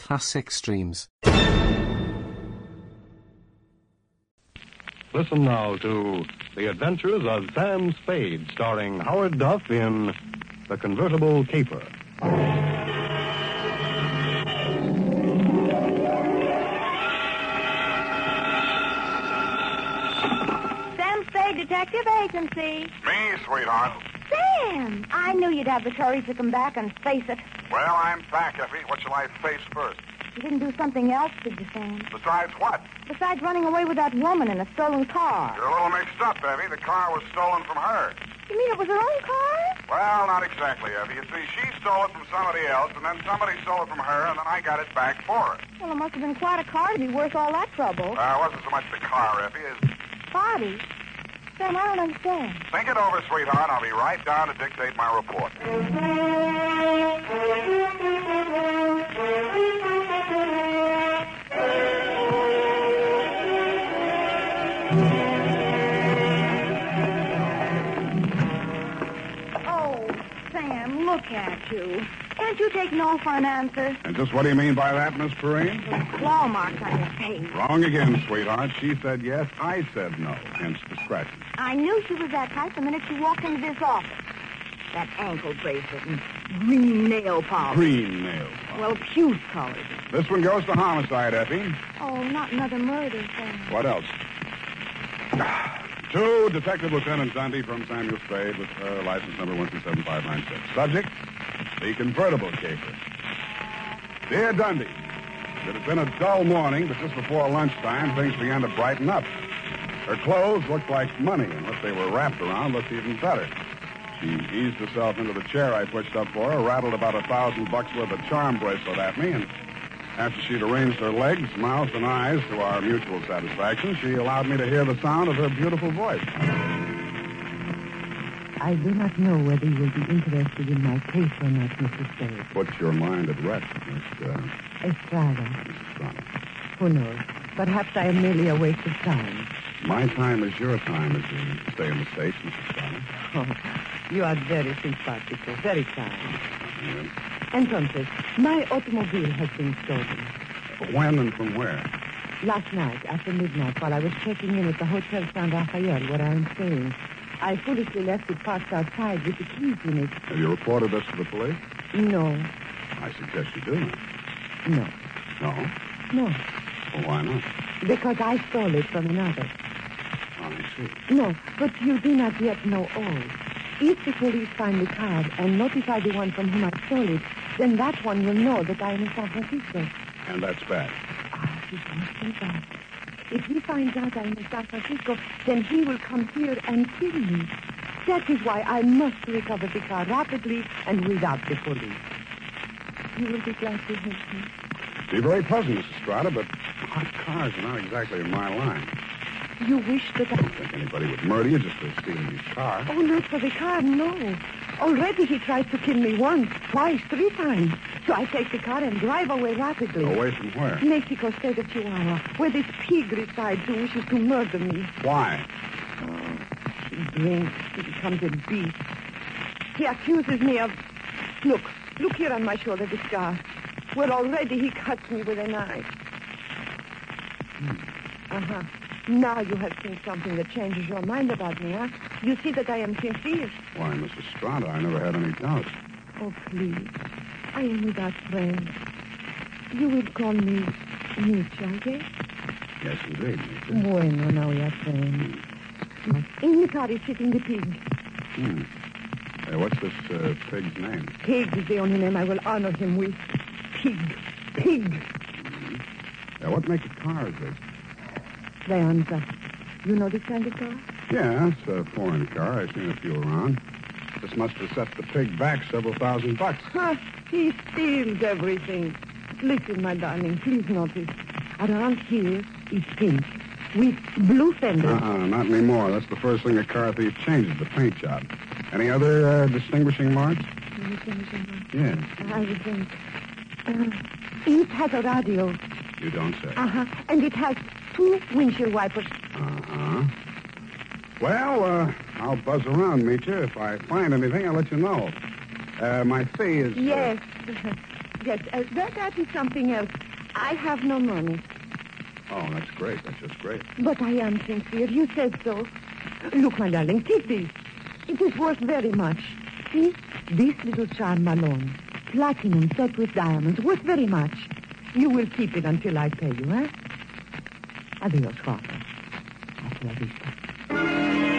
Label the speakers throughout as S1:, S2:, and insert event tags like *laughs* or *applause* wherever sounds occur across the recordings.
S1: classic streams.
S2: Listen now to The Adventures of Sam Spade, starring Howard Duff in The Convertible Caper.
S3: Sam Spade Detective Agency.
S4: Me, sweetheart.
S3: Sam, I knew you'd have the courage to come back and face it.
S4: Well, I'm back, Effie. What shall I face first?
S3: You didn't do something else, did you, Sam?
S4: Besides what?
S3: Besides running away with that woman in a stolen car.
S4: You're a little mixed up, Effie. The car was stolen from her.
S3: You mean it was her own car?
S4: Well, not exactly, Effie. You see, she stole it from somebody else, and then somebody stole it from her, and then I got it back for her.
S3: Well, it must have been quite a car to be worth all that trouble.
S4: Uh, it wasn't so much the car, Effie, as...
S3: Body. Sam, I don't understand.
S4: Think it over, sweetheart. I'll be right down to dictate my report.
S3: Oh, Sam, look at you. Can't you take no for an answer?
S4: And just what do you mean by that, Miss Perrine?
S3: Claw marks on your face.
S4: Wrong again, sweetheart. She said yes, I said no, hence the scratches.
S3: I knew she was that type the minute she walked into this office. That ankle bracelet and green nail polish.
S4: Green nails.
S3: Well, puce colored.
S4: This one goes to homicide, Effie.
S3: Oh, not another murder, Sam.
S4: What else? To Detective Lieutenant Dundee from Samuel Spade with uh, license number 127596. Subject, the convertible caper. Dear Dundee, it had been a dull morning, but just before lunchtime, things began to brighten up. Her clothes looked like money, and what they were wrapped around looked even better. She eased herself into the chair I pushed up for her, rattled about a thousand bucks worth of charm bracelet at me, and after she'd arranged her legs, mouth, and eyes to our mutual satisfaction, she allowed me to hear the sound of her beautiful voice.
S5: I do not know whether you will be interested in my case or not, Mr. Spade.
S4: Put your mind at rest, Miss, uh,
S5: Estrada,
S4: Miss Estrada.
S5: who knows? Perhaps I am merely a waste of time.
S4: My time is your time, as you say in the States, Miss Estrada.
S5: Oh, you are very simpatico, very kind.
S4: Yes.
S5: Entonces, my automobile has been stolen.
S4: But When and from where?
S5: Last night, after midnight, while I was checking in at the Hotel San Rafael, where I am staying, I foolishly left it parked outside with the keys in it.
S4: Have you reported this to the police?
S5: No,
S4: I suggest you do.
S5: no,
S4: No?
S5: no,
S4: Well, why not?
S5: because I stole it from another.
S4: I see.
S5: No, but you do not yet know all. If the police find the card and notify the one from whom I stole it, then that one will know that I am in San Francisco.
S4: And that's bad.
S5: Ah, he must be bad. If he finds out I'm in San Francisco, then he will come here and kill me. That is why I must recover the car rapidly and without the police. You will be glad to help me.
S4: Be very pleasant, Miss Estrada, but hot cars are not exactly in my line.
S5: You wish that I...
S4: I don't think anybody would murder you just for stealing your car.
S5: Oh, not for the car, no. Already he tried to kill me once, twice, three times. So I take the car and drive away rapidly.
S4: Away from where?
S5: Mexico State of Chihuahua, where this pig resides who wishes to murder me.
S4: Why?
S5: Oh, he drinks. He becomes a beast. He accuses me of... Look, look here on my shoulder, the scar, where already he cuts me with a knife. Uh-huh. Now you have seen something that changes your mind about me, huh? You see that I am sincere.
S4: Why, Miss Estrada, I never had any doubts.
S5: Oh, please. I am without friends. You will call me Nietzsche, okay?
S4: Yes, indeed. Miss.
S5: Bueno, now we are friends. In the car is sitting the pig.
S4: Hmm. Hey, what's this uh, pig's name?
S5: Pig is the only name I will honor him with. Pig. Pig.
S4: Yeah, what make of cars is?
S5: Leandra, you know this kind of car?
S4: Yeah, it's a foreign car. I've seen a few around. This must have set the pig back several thousand bucks.
S5: Huh, he steals everything. Listen, my darling, please notice. Around here is pink with blue fenders.
S4: Uh-uh, not anymore. That's the first thing a car thief changes, the paint job. Any other uh, distinguishing marks?
S5: Let me finish it.
S4: Yes.
S5: I would think. Uh, it has a radio.
S4: You don't say.
S5: Uh-huh. And it has two windshield wipers.
S4: Uh-huh. Well, uh, I'll buzz around, meet you. If I find anything, I'll let you know. Uh, my fee is... uh,
S5: Yes. *laughs* Yes, uh, but that is something else. I have no money,
S4: Oh, that's great. That's just great.
S5: but I am sincere. You said so. Look, my darling, keep this. It is worth very much. See, this little charm alone, platinum set with diamonds, worth very much. You will keep it until I pay you, eh? Adios, Father. Hasta la vista.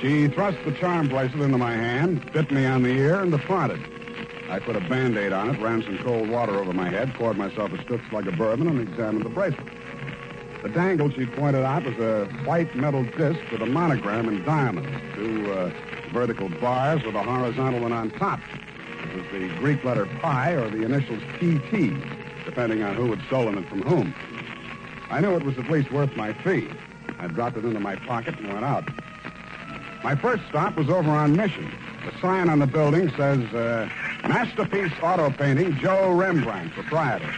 S4: She thrust the charm bracelet into my hand, bit me on the ear, and departed. I put a band-aid on it, ran some cold water over my head, poured myself a stooks like a bourbon, and examined the bracelet. The dangle she pointed out was a white metal disc with a monogram in diamonds, two uh, vertical bars with a horizontal one on top. It was the Greek letter pi or the initials TT, depending on who had stolen it from whom. I knew it was at least worth my fee. I dropped it into my pocket and went out. My first stop was over on Mission. The sign on the building says, uh, Masterpiece Auto Painting, Joe Rembrandt, proprietor.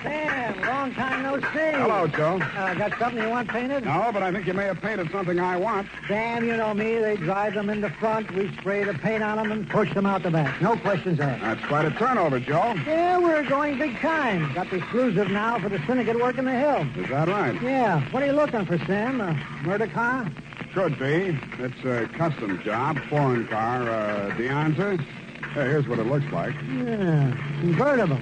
S1: Sam, long time no see.
S4: Hello, Joe.
S1: Uh, got something you want painted?
S4: No, but I think you may have painted something I want.
S1: Sam, you know me. They drive them in the front. We spray the paint on them and push them out the back. No questions asked.
S4: That's quite a turnover, Joe.
S1: Yeah, we're going big time. Got the exclusive now for the syndicate working the hill.
S4: Is that right?
S1: Yeah. What are you looking for, Sam? A murder car?
S4: Could be. It's a custom job, foreign car, uh, the answer. Hey, here's what it looks like.
S1: Yeah. Convertible.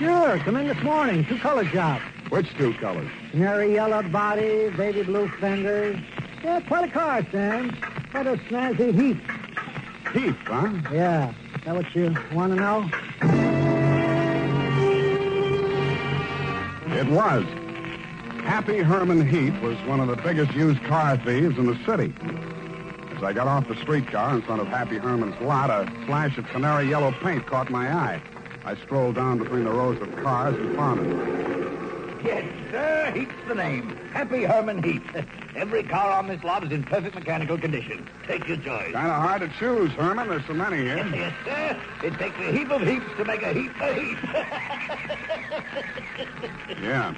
S1: Sure. Come in this morning. Two color job.
S4: Which two colors?
S1: Canary yellow body, baby blue fenders. Yeah, quite a car, Sam. Quite a snazzy heap.
S4: Heath, huh?
S1: Yeah. Is that what you want to know?
S4: It was. Happy Herman Heath was one of the biggest used car thieves in the city. As I got off the streetcar in front of Happy Herman's lot, a flash of canary yellow paint caught my eye. I strolled down between the rows of cars and found him.
S6: Yes, sir. Heap's the name. Happy Herman Heap. *laughs* Every car on this lot is in perfect mechanical condition. Take your choice.
S4: Kind of hard to choose, Herman. There's so many here.
S6: Yes, sir. It takes a heap of heaps to make a heap a heap. *laughs*
S4: Yeah.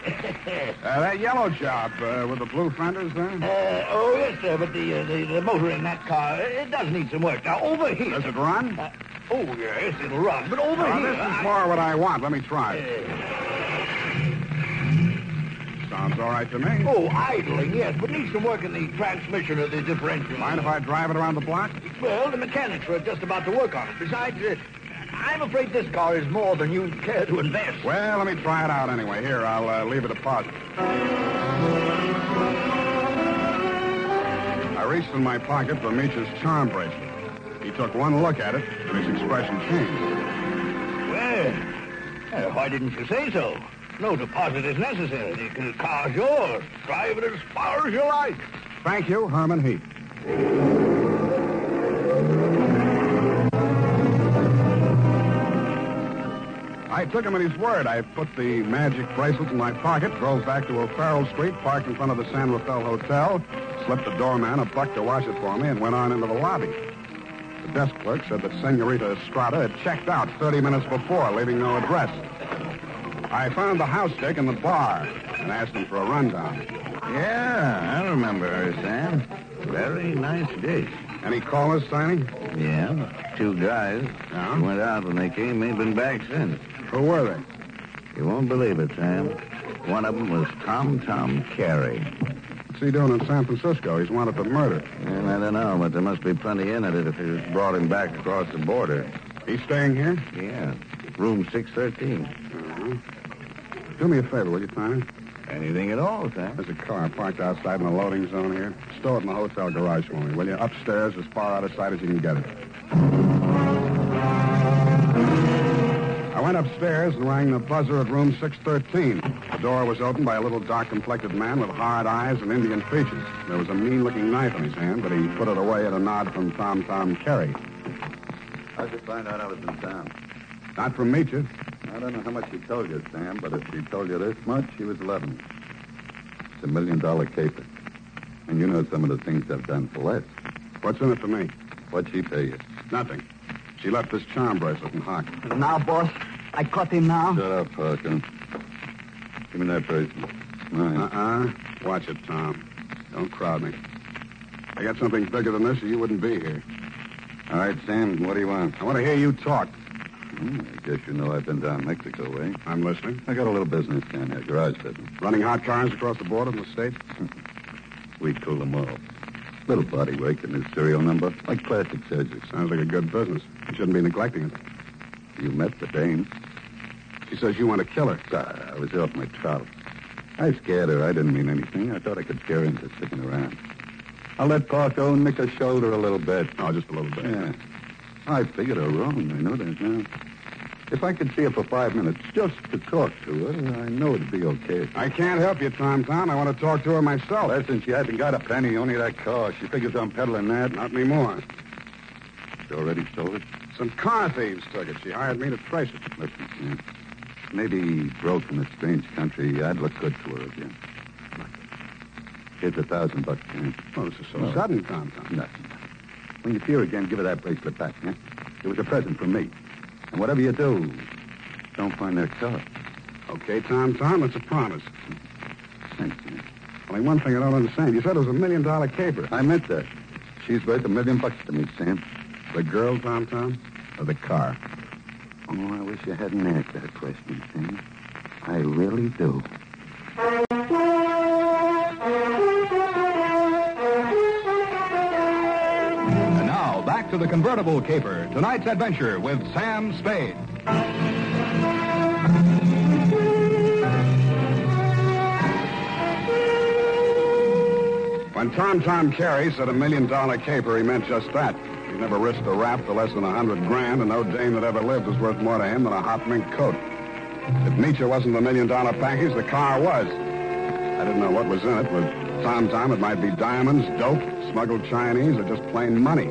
S4: Uh, that yellow job uh, with the blue fenders there,
S6: uh, oh, yes, sir. But the, uh, the the motor in that car, uh, it does need some work. Now, over here.
S4: does it run?
S6: Uh, oh, yes, it'll run. But over
S4: Well,
S6: here.
S4: this is
S6: I-
S4: more what I want. Let me try. it. Sounds all right to me.
S6: Oh, idling, yes, but needs some work in the transmission or the differential.
S4: Mind if I drive it around the block?
S6: Well, the mechanics were just about to work on it. Besides, uh, I'm afraid this car is more than you'd care to invest.
S4: Well, let me try it out anyway. Here, I'll uh, leave a deposit. I reached in my pocket for Meech's charm bracelet. He took one look at it, and his expression changed.
S6: Well, uh, why didn't you say so? No deposit is necessary. The car's yours. Drive it as far as you like.
S4: Thank you, Herman Heath. I took him at his word. I put the magic bracelet in my pocket, drove back to O'Farrell Street, parked in front of the San Rafael Hotel, slipped the doorman a buck to wash it for me, and went on into the lobby. The desk clerk said that Senorita Estrada had checked out 30 minutes before, leaving no address. I found the house dick in the bar and asked him for a rundown.
S6: Yeah, I remember her, Sam. Very nice dish.
S4: Any callers, Steiny?
S6: Yeah, two guys.
S4: Yeah?
S6: Went out when they came. They've been back since.
S4: Who were they?
S6: You won't believe it, Sam. One of them was Tom Tom Carey.
S4: What's he doing in San Francisco? He's wanted for murder.
S6: And I don't know, but there must be plenty in it if it brought him back across the border.
S4: He's staying here?
S6: Yeah, room 613.
S4: Do me a favor, will you, Tiny?
S6: Anything at all, Sam.
S4: There's a car parked outside in the loading zone here. Stow it in the hotel garage for me, will you? Upstairs, as far out of sight as you can get it. I went upstairs and rang the buzzer at room 613. The door was opened by a little dark-complected man with hard eyes and Indian features. There was a mean-looking knife in his hand, but he put it away at a nod from Tom Tom Carey.
S7: How'd you find out I was in town?
S4: Not from Meacher.
S7: I don't know how much she told you, Sam, but if she told you this much, she was 11. It's a million dollar caper. And you know some of the things I've done for less.
S4: What's in it for me?
S7: What'd she pay you?
S4: Nothing. She left this charm bracelet in Hock.
S1: Now, boss, I caught him now.
S7: Shut up, Parker. Give me that bracelet. Mine.
S4: Uh-uh. Watch it, Tom. Don't crowd me. I got something bigger than this, or you wouldn't be here.
S7: All right, Sam, what do you want?
S4: I want to hear you talk.
S7: Hmm, I guess you know I've been down Mexico way.
S4: I'm listening.
S7: I got a little business down there, garage business.
S4: Running hot cars across the border from the
S7: *laughs*
S4: States?
S7: We cool them all. Little body work and his serial number, like plastic surgery.
S4: Sounds like a good business. You shouldn't be neglecting it.
S7: You met the dame.
S4: She says you want to kill her.
S7: Ah, I was off my trout. I scared her. I didn't mean anything. I thought I could scare her into sticking around. I let Parko nick her shoulder a little bit.
S4: Oh, just a little bit.
S7: Yeah. I figured her wrong. I know that now. If I could see her for five minutes just to talk to her, I know it'd be okay.
S4: I can't help you, Tom Tom. I want to talk to her myself.
S7: Listen, she hasn't got a penny, only that car. She figures on peddling that.
S4: Not anymore.
S7: She already sold it.
S4: Some car thieves took it. She hired me to trace it.
S7: Listen, Sam. Maybe broke in a strange country, I'd look good to her again. Here's a thousand bucks, Sam.
S4: Oh, this is so
S7: No.
S4: sudden, Tom Tom.
S7: Nothing. When you see her again, give her that bracelet back, yeah? It was a present from me. And whatever you do, don't find that car.
S4: Okay, Tom Tom, it's a promise.
S7: Thanks, man.
S4: Only one thing I don't understand. You said it was a million dollar caper.
S7: I meant that. She's worth a million bucks to me, Sam.
S4: The girl, Tom Tom? Or the car?
S7: Oh, I wish you hadn't asked that question, Sam. I really do.
S2: And now, back to the convertible caper, tonight's adventure with Sam Spade.
S4: When Tom Tom Carey said a million dollar caper, he meant just that. He never risked a rap for less than a hundred grand, and no dame that ever lived was worth more to him than a hot mink coat. If Nietzsche wasn't the million dollar package, the car was. I didn't know what was in it. With Tom Tom, it might be diamonds, dope, smuggled Chinese, or just plain money.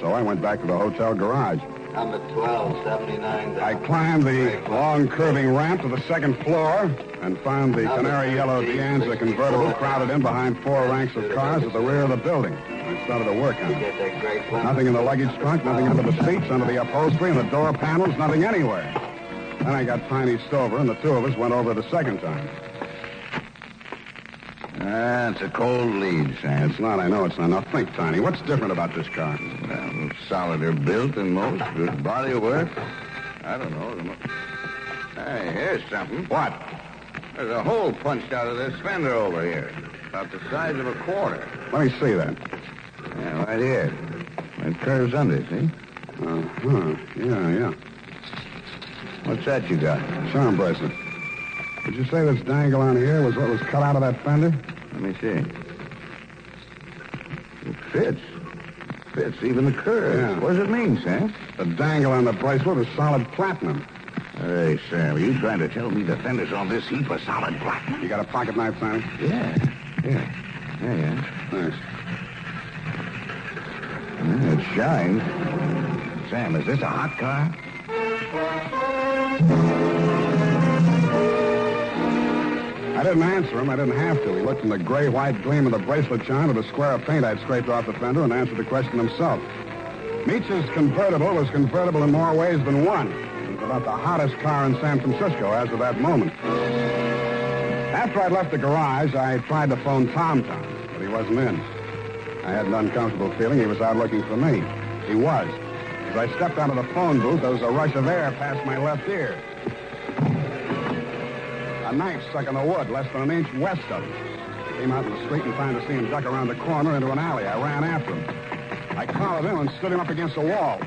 S4: So I went back to the hotel garage.
S6: Number 1279.
S4: I climbed the long curving ramp to the second floor and found the canary yellow Deanza convertible crowded in behind four ranks of cars at the rear of the building. I started to work on it. Nothing in the luggage trunk, nothing under the seats, under the upholstery, and the door panels, nothing anywhere. Then I got Piney Stover, and the two of us went over the second time.
S6: That's a cold lead, Sam.
S4: It's not, I know it's not. Now think, Tiny, what's different about this car?
S6: Well, solider built than most. Good body of work. I don't know. The mo- Hey, here's something. What? There's a hole punched out of this fender over here. About the size of a quarter.
S4: Let me see that.
S6: Yeah, right here. It curves under, see?
S4: Uh-huh. Yeah, yeah.
S6: What's that you got?
S4: Charm bracelet. Did you say this dangle on here was what was cut out of that fender?
S6: Let me see. It fits. Fits even the curve.
S4: Yeah.
S6: What does it mean, Sam?
S4: The dangle on the bracelet is solid platinum.
S6: Hey, Sam, are you trying to tell me the fenders on this heap are solid platinum?
S4: You got a pocket knife, Tiny?
S6: Yeah. Yeah. Yeah, yeah.
S4: Thanks.
S6: Mm, it shines. Sam, is this a hot car?
S4: I didn't answer him. I didn't have to. He looked in the gray-white gleam of the bracelet charm at a square of paint I'd scraped off the fender and answered the question himself. Nietzsche's convertible was convertible in more ways than one. It was about the hottest car in San Francisco as of that moment. After I'd left the garage, I tried to phone Tom Tom, but he wasn't in. I had an uncomfortable feeling he was out looking for me. He was. As I stepped out of the phone booth, there was a rush of air past my left ear. A knife stuck in the wood less than an inch west of him. I came out in the street and found to see him duck around the corner into an alley. I ran after him. I collared him and stood him up against the wall.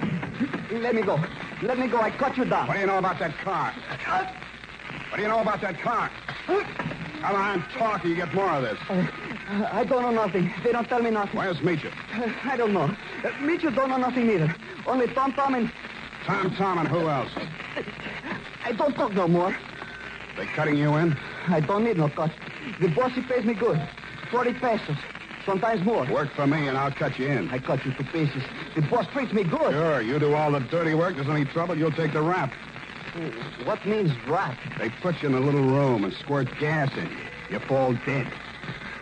S1: Let me go. Let me go. I cut you down.
S4: What do you know about that car? What do you know about that car? Come on, talk or you get more of this.
S1: Uh, I don't know nothing. They don't tell me nothing.
S4: Where's Meacher?
S1: I don't know. Mitchell don't know nothing either. Only Tom Tom and
S4: Tom Tom and who else?
S1: I don't talk no more.
S4: They cutting you in?
S1: I don't need no cut. The boss, he pays me good. 40 pesos. Sometimes more.
S4: Work for me and I'll cut you in.
S1: I cut you to pieces. The boss treats me good.
S4: Sure, you do all the dirty work. There's any trouble, you'll take the rap.
S1: What means rat?
S4: They put you in a little room and squirt gas in you. You fall dead.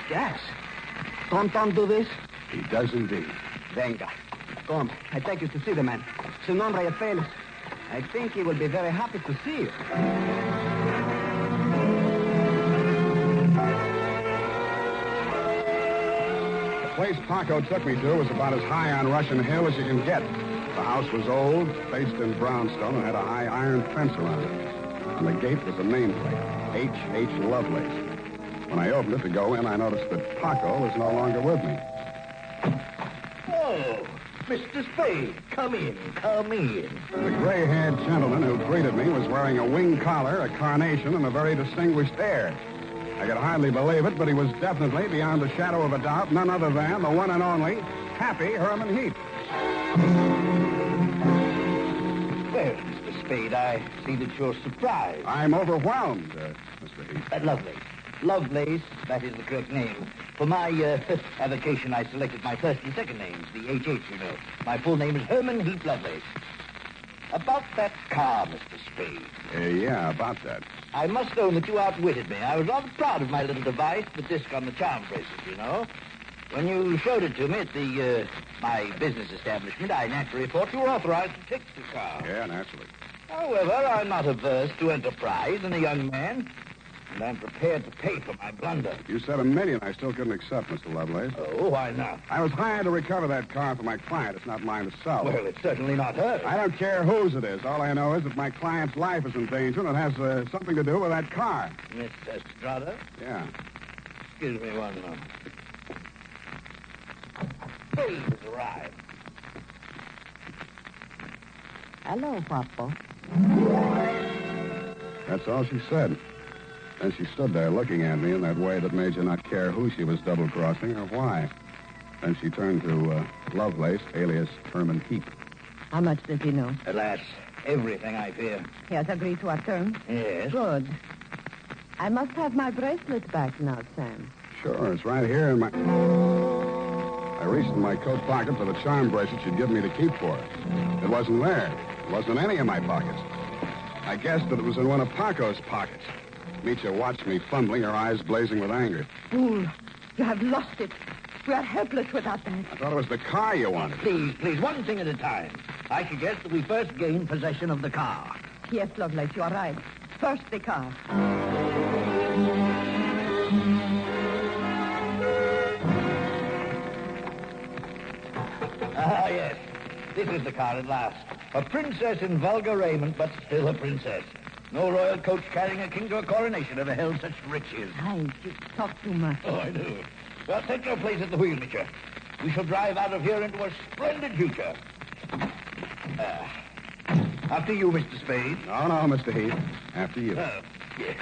S1: Gas. Tom Tom do this?
S4: He does indeed.
S1: Venga. Come. I take you to see the man. Su nombre es Felix. I think he will be very happy to see you.
S4: The place Paco took me to was about as high on Russian Hill as you can get. The house was old, faced in brownstone, and had a high iron fence around it. On the gate was a nameplate, H.H. Lovelace. When I opened it to go in, I noticed that Paco was no longer with me.
S8: Oh, Mr. Spade, come in, come in.
S4: The gray-haired gentleman who greeted me was wearing a wing collar, a carnation, and a very distinguished air. I could hardly believe it, but he was definitely, beyond the shadow of a doubt, none other than the one and only Happy Herman Heath.
S8: Well, Mr. Spade, I see that you're surprised.
S4: I'm overwhelmed, uh, Mr. Heath.
S8: At Lovelace. Lovelace, that is the correct name. For my uh, *laughs* avocation, I selected my first and second names, the HH, you know. My full name is Herman Heath Lovelace. About that car, Mr. Spade.
S4: Uh, yeah, about that.
S8: I must own that you outwitted me. I was rather proud of my little device, the disc on the charm bracelet, you know. When you showed it to me at the uh, my business establishment, I naturally thought you were authorized to take the car.
S4: Yeah, naturally.
S8: However, I'm not averse to enterprise in a young man, and I'm prepared to pay for my blunder.
S4: You said a million I still couldn't accept, Mr. Lovelace.
S8: Oh, why not?
S4: I was hired to recover that car for my client. It's not mine to sell.
S8: Well, it's certainly not hers.
S4: I don't care whose it is. All I know is that my client's life is in danger, and it has uh, something to do with that car.
S8: Mr. Strutter,
S4: Yeah.
S8: excuse me one moment. Please arrive.
S3: Hello, Papa.
S4: That's all she said. Then she stood there looking at me in that way that made you not care who she was double crossing or why. Then she turned to uh, Lovelace, alias Herman Heap.
S5: How much does he know?
S8: Alas, everything I fear.
S5: He has agreed to our terms.
S8: Yes.
S5: Good. I must have my bracelet back now, Sam.
S4: Sure, it's right here in my. I reached in my coat pocket for the charm bracelet she'd given me to keep for her. It wasn't there. It wasn't in any of my pockets. I guessed that it was in one of Paco's pockets. Mitya watched me fumbling, her eyes blazing with anger.
S5: Fool. You have lost it. We are helpless without that.
S4: I thought it was the car you wanted.
S8: Please, please, one thing at a time. I suggest that we first gain possession of the car.
S5: Yes, Lovelace, you are right. First the car.
S8: Ah, yes. This is the car at last. A princess in vulgar raiment, but still a princess. No royal coach carrying a king to a coronation ever held such riches.
S5: Guys, you talk too much.
S8: Oh, I do. Well, take your place at the wheel, Mitchell. We shall drive out of here into a splendid future. Ah. after you, Mr. Spade.
S4: No, no, Mr. Heath. After you.
S8: Oh, yes.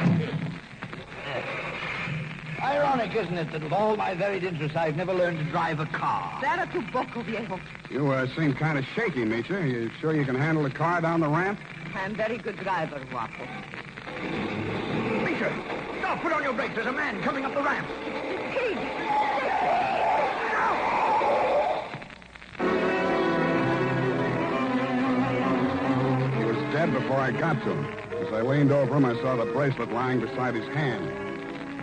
S8: Ironic, isn't it, that of all my varied interests, I've never learned to drive a car?
S5: There tu boco, viejo.
S4: You uh, seem kind of shaky, Mitya. You sure you can handle the car down the ramp?
S5: I'm very good driver, Wapo.
S8: Mitchell, stop! Put on your brakes. There's a man coming up the ramp.
S4: He was dead before I got to him. As I leaned over him, I saw the bracelet lying beside his hand.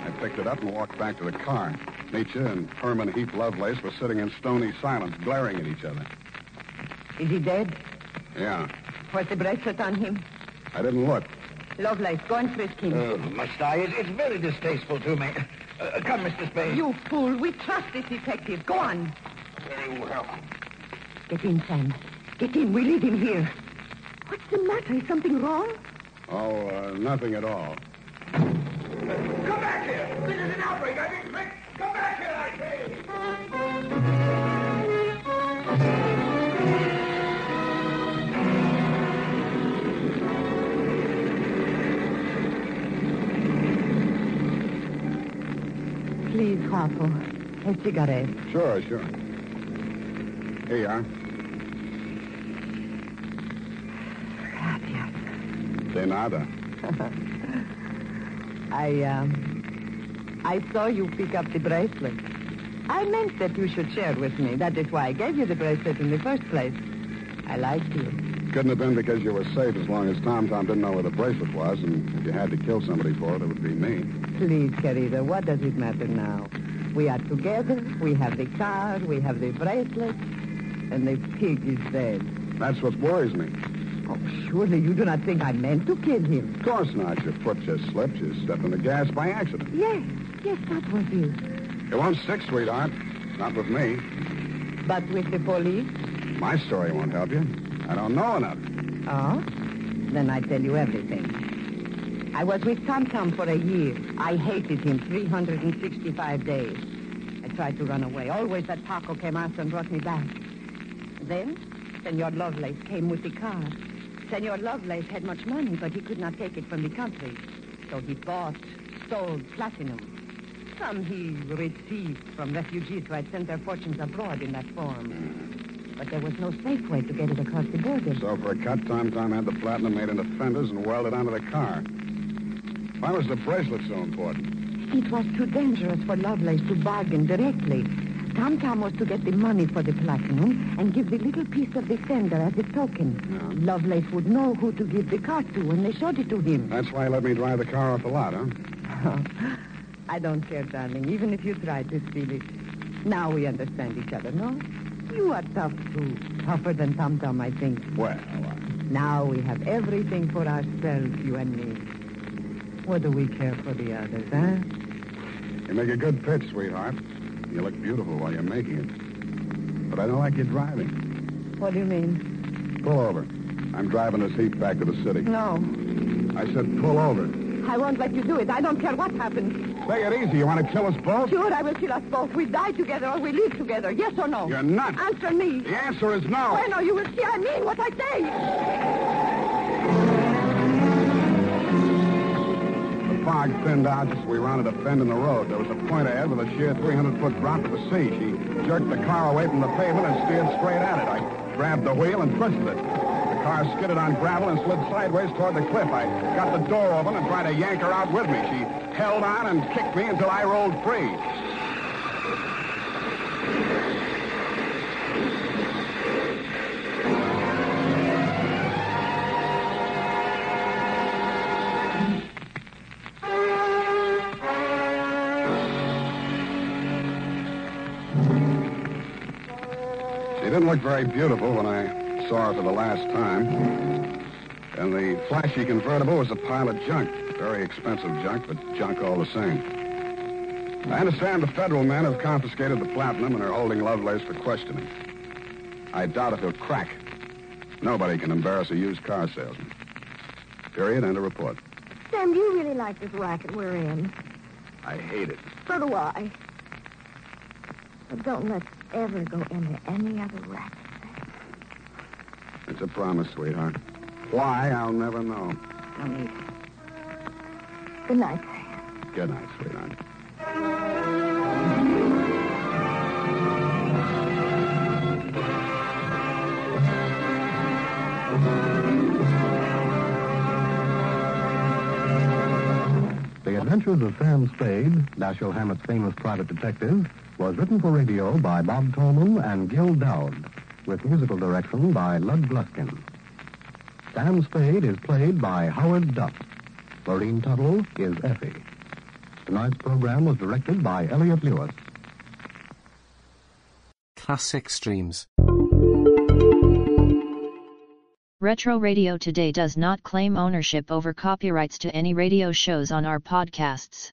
S4: I picked it up and walked back to the car. Nietzsche and Herman Heath Lovelace were sitting in stony silence, glaring at each other.
S5: Is he dead?
S4: Yeah.
S5: Was the bracelet on him?
S4: I didn't look.
S5: Lovelace, go and frisk him.
S8: Oh, must I? It, it's very distasteful to me. Uh, come, Mr. Spade.
S5: you fool. We trust this detective. Go on.
S8: Very well.
S5: Get in, Sam. Get in. We leave him here. What's the matter? Is something wrong?
S4: Oh, uh, nothing at all.
S8: Come back here. This is an outbreak. I've been tricked. Come back here, I say.
S5: Please, Wapo. A cigarette.
S4: Sure, sure. Here you are.
S5: Gracias.
S4: De nada.
S5: I, um, I saw you pick up the bracelet. I meant that you should share with me. That is why I gave you the bracelet in the first place. I liked you.
S4: Couldn't have been because you were safe as long as Tom Tom didn't know where the bracelet was, and if you had to kill somebody for it, it would be me.
S5: Please, querida, what does it matter now? We are together. We have the car. We have the bracelet. And the pig is dead.
S4: That's what worries me.
S5: Oh, surely you do not think I meant to kill him.
S4: Of course not. Your foot just slipped. You stepped on the gas by accident.
S5: Yes, yes, that was it.
S4: You want six, sweetheart? Not with me.
S5: But with the police?
S4: My story won't help you. I don't know enough.
S5: Oh? Then I tell you everything. I was with Tom Tom for a year. I hated him 365 days. I tried to run away. Always that Paco came after and brought me back. Then, Senor Lovelace came with the car. Senor Lovelace had much money, but he could not take it from the country. So he bought, sold platinum. Some he received from refugees who had sent their fortunes abroad in that form. But there was no safe way to get it across the border.
S4: So for a cut, Tom Tom had the platinum made into fenders and welded onto the car. Why was the bracelet so important?
S5: It was too dangerous for Lovelace to bargain directly. Tom Tom was to get the money for the platinum and give the little piece of the fender as a token. Lovelace would know who to give the car to when they showed it to him.
S4: That's why he let me drive the car off the lot, huh?
S5: I don't care, darling, even if you tried to steal it. Now we understand each other, no? You are tough, too. Tougher than Tom Tom, I think.
S4: Well,
S5: Now we have everything for ourselves, you and me. What do we care for the others, eh? huh?
S4: you make a good pitch, sweetheart. You look beautiful while you're making it. But I don't like you driving.
S5: What do you mean?
S4: Pull over. I'm driving this heap back to the city.
S5: No.
S4: I said pull over.
S5: I won't let you do it. I don't care what happens.
S4: Take it easy. You want to kill us both?
S5: Sure, I will kill us both. We die together or we live together. Yes or no?
S4: You're nuts.
S5: Answer me.
S4: The answer is no.
S5: Bueno, you will see I mean what I say.
S4: The fog thinned out just as we rounded a bend in the road. There was a point ahead with a sheer 300-foot drop to the sea. She jerked the car away from the pavement and steered straight at it. I grabbed the wheel and twisted it. The car skidded on gravel and slid sideways toward the cliff. I got the door open and tried to yank her out with me. She held on and kicked me until I rolled free. She didn't look very beautiful when I saw her for the last time. And the flashy convertible was a pile of junk. Very expensive junk, but junk all the same. I understand the federal men have confiscated the platinum and are holding Lovelace for questioning. I doubt if he'll crack. Nobody can embarrass a used car salesman. Period. End of report.
S3: Sam, do you really like this racket we're in?
S4: I hate it.
S3: So do I. But don't let's ever go into any other racket.
S4: It's a promise, sweetheart. Why, I'll never know.
S3: No need. Good night, Sam.
S4: Good night, sweetheart.
S2: The Adventures of Sam Spade, Dashiell Hammett's famous private detective, was written for radio by Bob Tolman and Gil Dowd, with musical direction by Lud Gluskin. Sam Spade is played by Howard Duff. Lorene Tuttle is Effie. Tonight's program was directed by Elliot Lewis.
S9: Classic streams.
S10: Retro Radio Today does not claim ownership over copyrights to any radio shows on our podcasts.